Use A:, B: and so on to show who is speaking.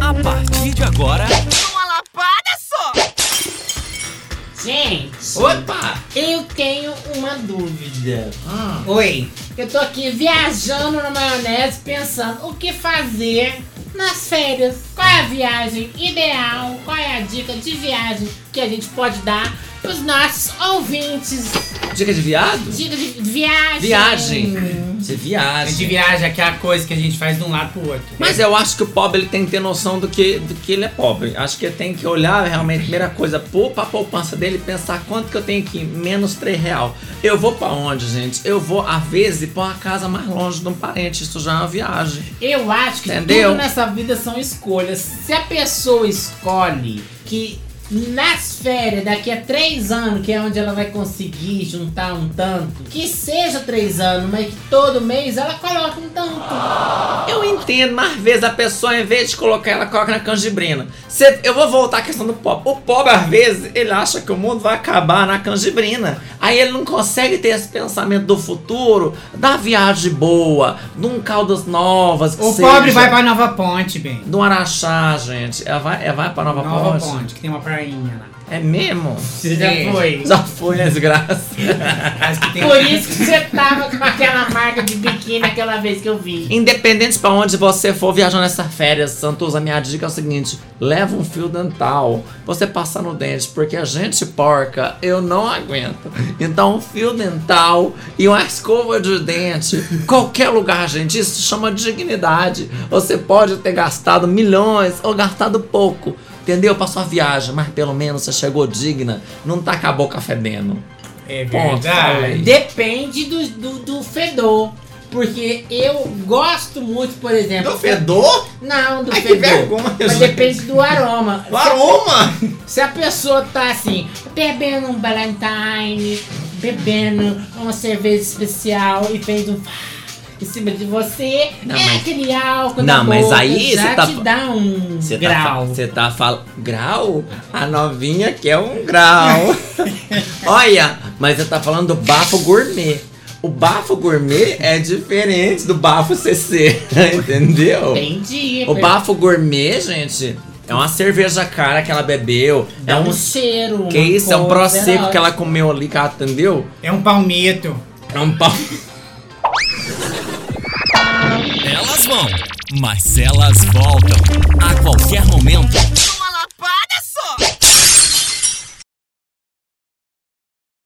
A: A partir de agora.
B: Uma lapada só!
C: Gente,
A: Opa!
C: eu tenho uma dúvida.
B: Ah.
D: Oi,
C: Eu tô aqui viajando na maionese pensando o que fazer nas férias. Qual é a viagem ideal? Qual é a dica de viagem que a gente pode dar pros nossos ouvintes?
A: Dica de viado?
C: Dica de viagem.
A: Viagem. Você viaja.
B: A gente viaja, que é a coisa que a gente faz de um lado pro outro.
A: Mas eu acho que o pobre ele tem que ter noção do que, do que ele é pobre. Acho que ele tem que olhar realmente, primeira coisa, pôr pra poupança dele e pensar quanto que eu tenho aqui, menos 3 real. Eu vou pra onde, gente? Eu vou, às vezes, pra uma casa mais longe de um parente. Isso já é uma viagem.
C: Eu acho que
A: Entendeu?
C: tudo nessa vida são escolhas. Se a pessoa escolhe que nas férias, daqui a três anos, que é onde ela vai conseguir juntar um tanto, que seja três anos, mas que todo mês ela coloca um tanto.
A: Eu entendo, mas às vezes a pessoa, em vez de colocar, ela coloca na canjibrina. Cê- eu vou voltar à questão do pobre. O pobre, às vezes, ele acha que o mundo vai acabar na canjibrina. Aí ele não consegue ter esse pensamento do futuro, da viagem boa, de um caldas novas. que
B: O
A: seja.
B: pobre vai pra Nova Ponte, bem.
A: Do Araxá, gente. Ela vai, ela vai pra Nova,
B: Nova
A: Ponte?
B: Ponte. que tem uma prainha lá.
A: É mesmo?
B: Você já
D: Sim.
B: foi.
A: Já foi, né, desgraça?
B: Acho que tem
C: Por isso que você tava com aquela marca de biquíni aquela vez que eu vi.
A: Independente pra onde você for viajar nessas férias, Santos, a minha dica é o seguinte: leva um fio dental, você passa no dente, porque a gente porca, eu não aguento. Então, um fio dental e uma escova de dente, qualquer lugar, gente, isso se chama dignidade. Você pode ter gastado milhões ou gastado pouco. Entendeu? Pra sua viagem, mas pelo menos você chegou digna, não tá com a boca fedendo.
B: É
A: Ponto,
B: verdade.
A: falei.
C: Depende do, do, do fedor. Porque eu gosto muito, por exemplo.
A: fedor?
C: Não, do
A: Ai, que
C: fedor.
A: vergonha,
C: Mas
A: gente.
C: depende do aroma.
A: Aroma!
C: Se a pessoa tá assim, bebendo um Valentine, bebendo uma cerveja especial e fez um pá em cima de você,
A: Não,
C: é
A: mas-
C: aquele álcool na
A: Não, mas
C: boca,
A: aí
C: já
A: você tá-
C: te dá um
A: Você
C: grau.
A: Você tá falando. Grau? A novinha quer um grau. Olha, mas você tá falando do bafo gourmet. O bafo gourmet é diferente do bafo CC, entendeu?
C: Entendi.
A: O bafo gourmet, gente, é uma cerveja cara que ela bebeu. É
C: é um né,
A: um.
C: cheiro.
A: Que isso? É um prosecco que ela comeu ali, que ela entendeu?
B: É um palmito.
A: É um pau.
E: Elas vão, mas elas voltam a qualquer momento.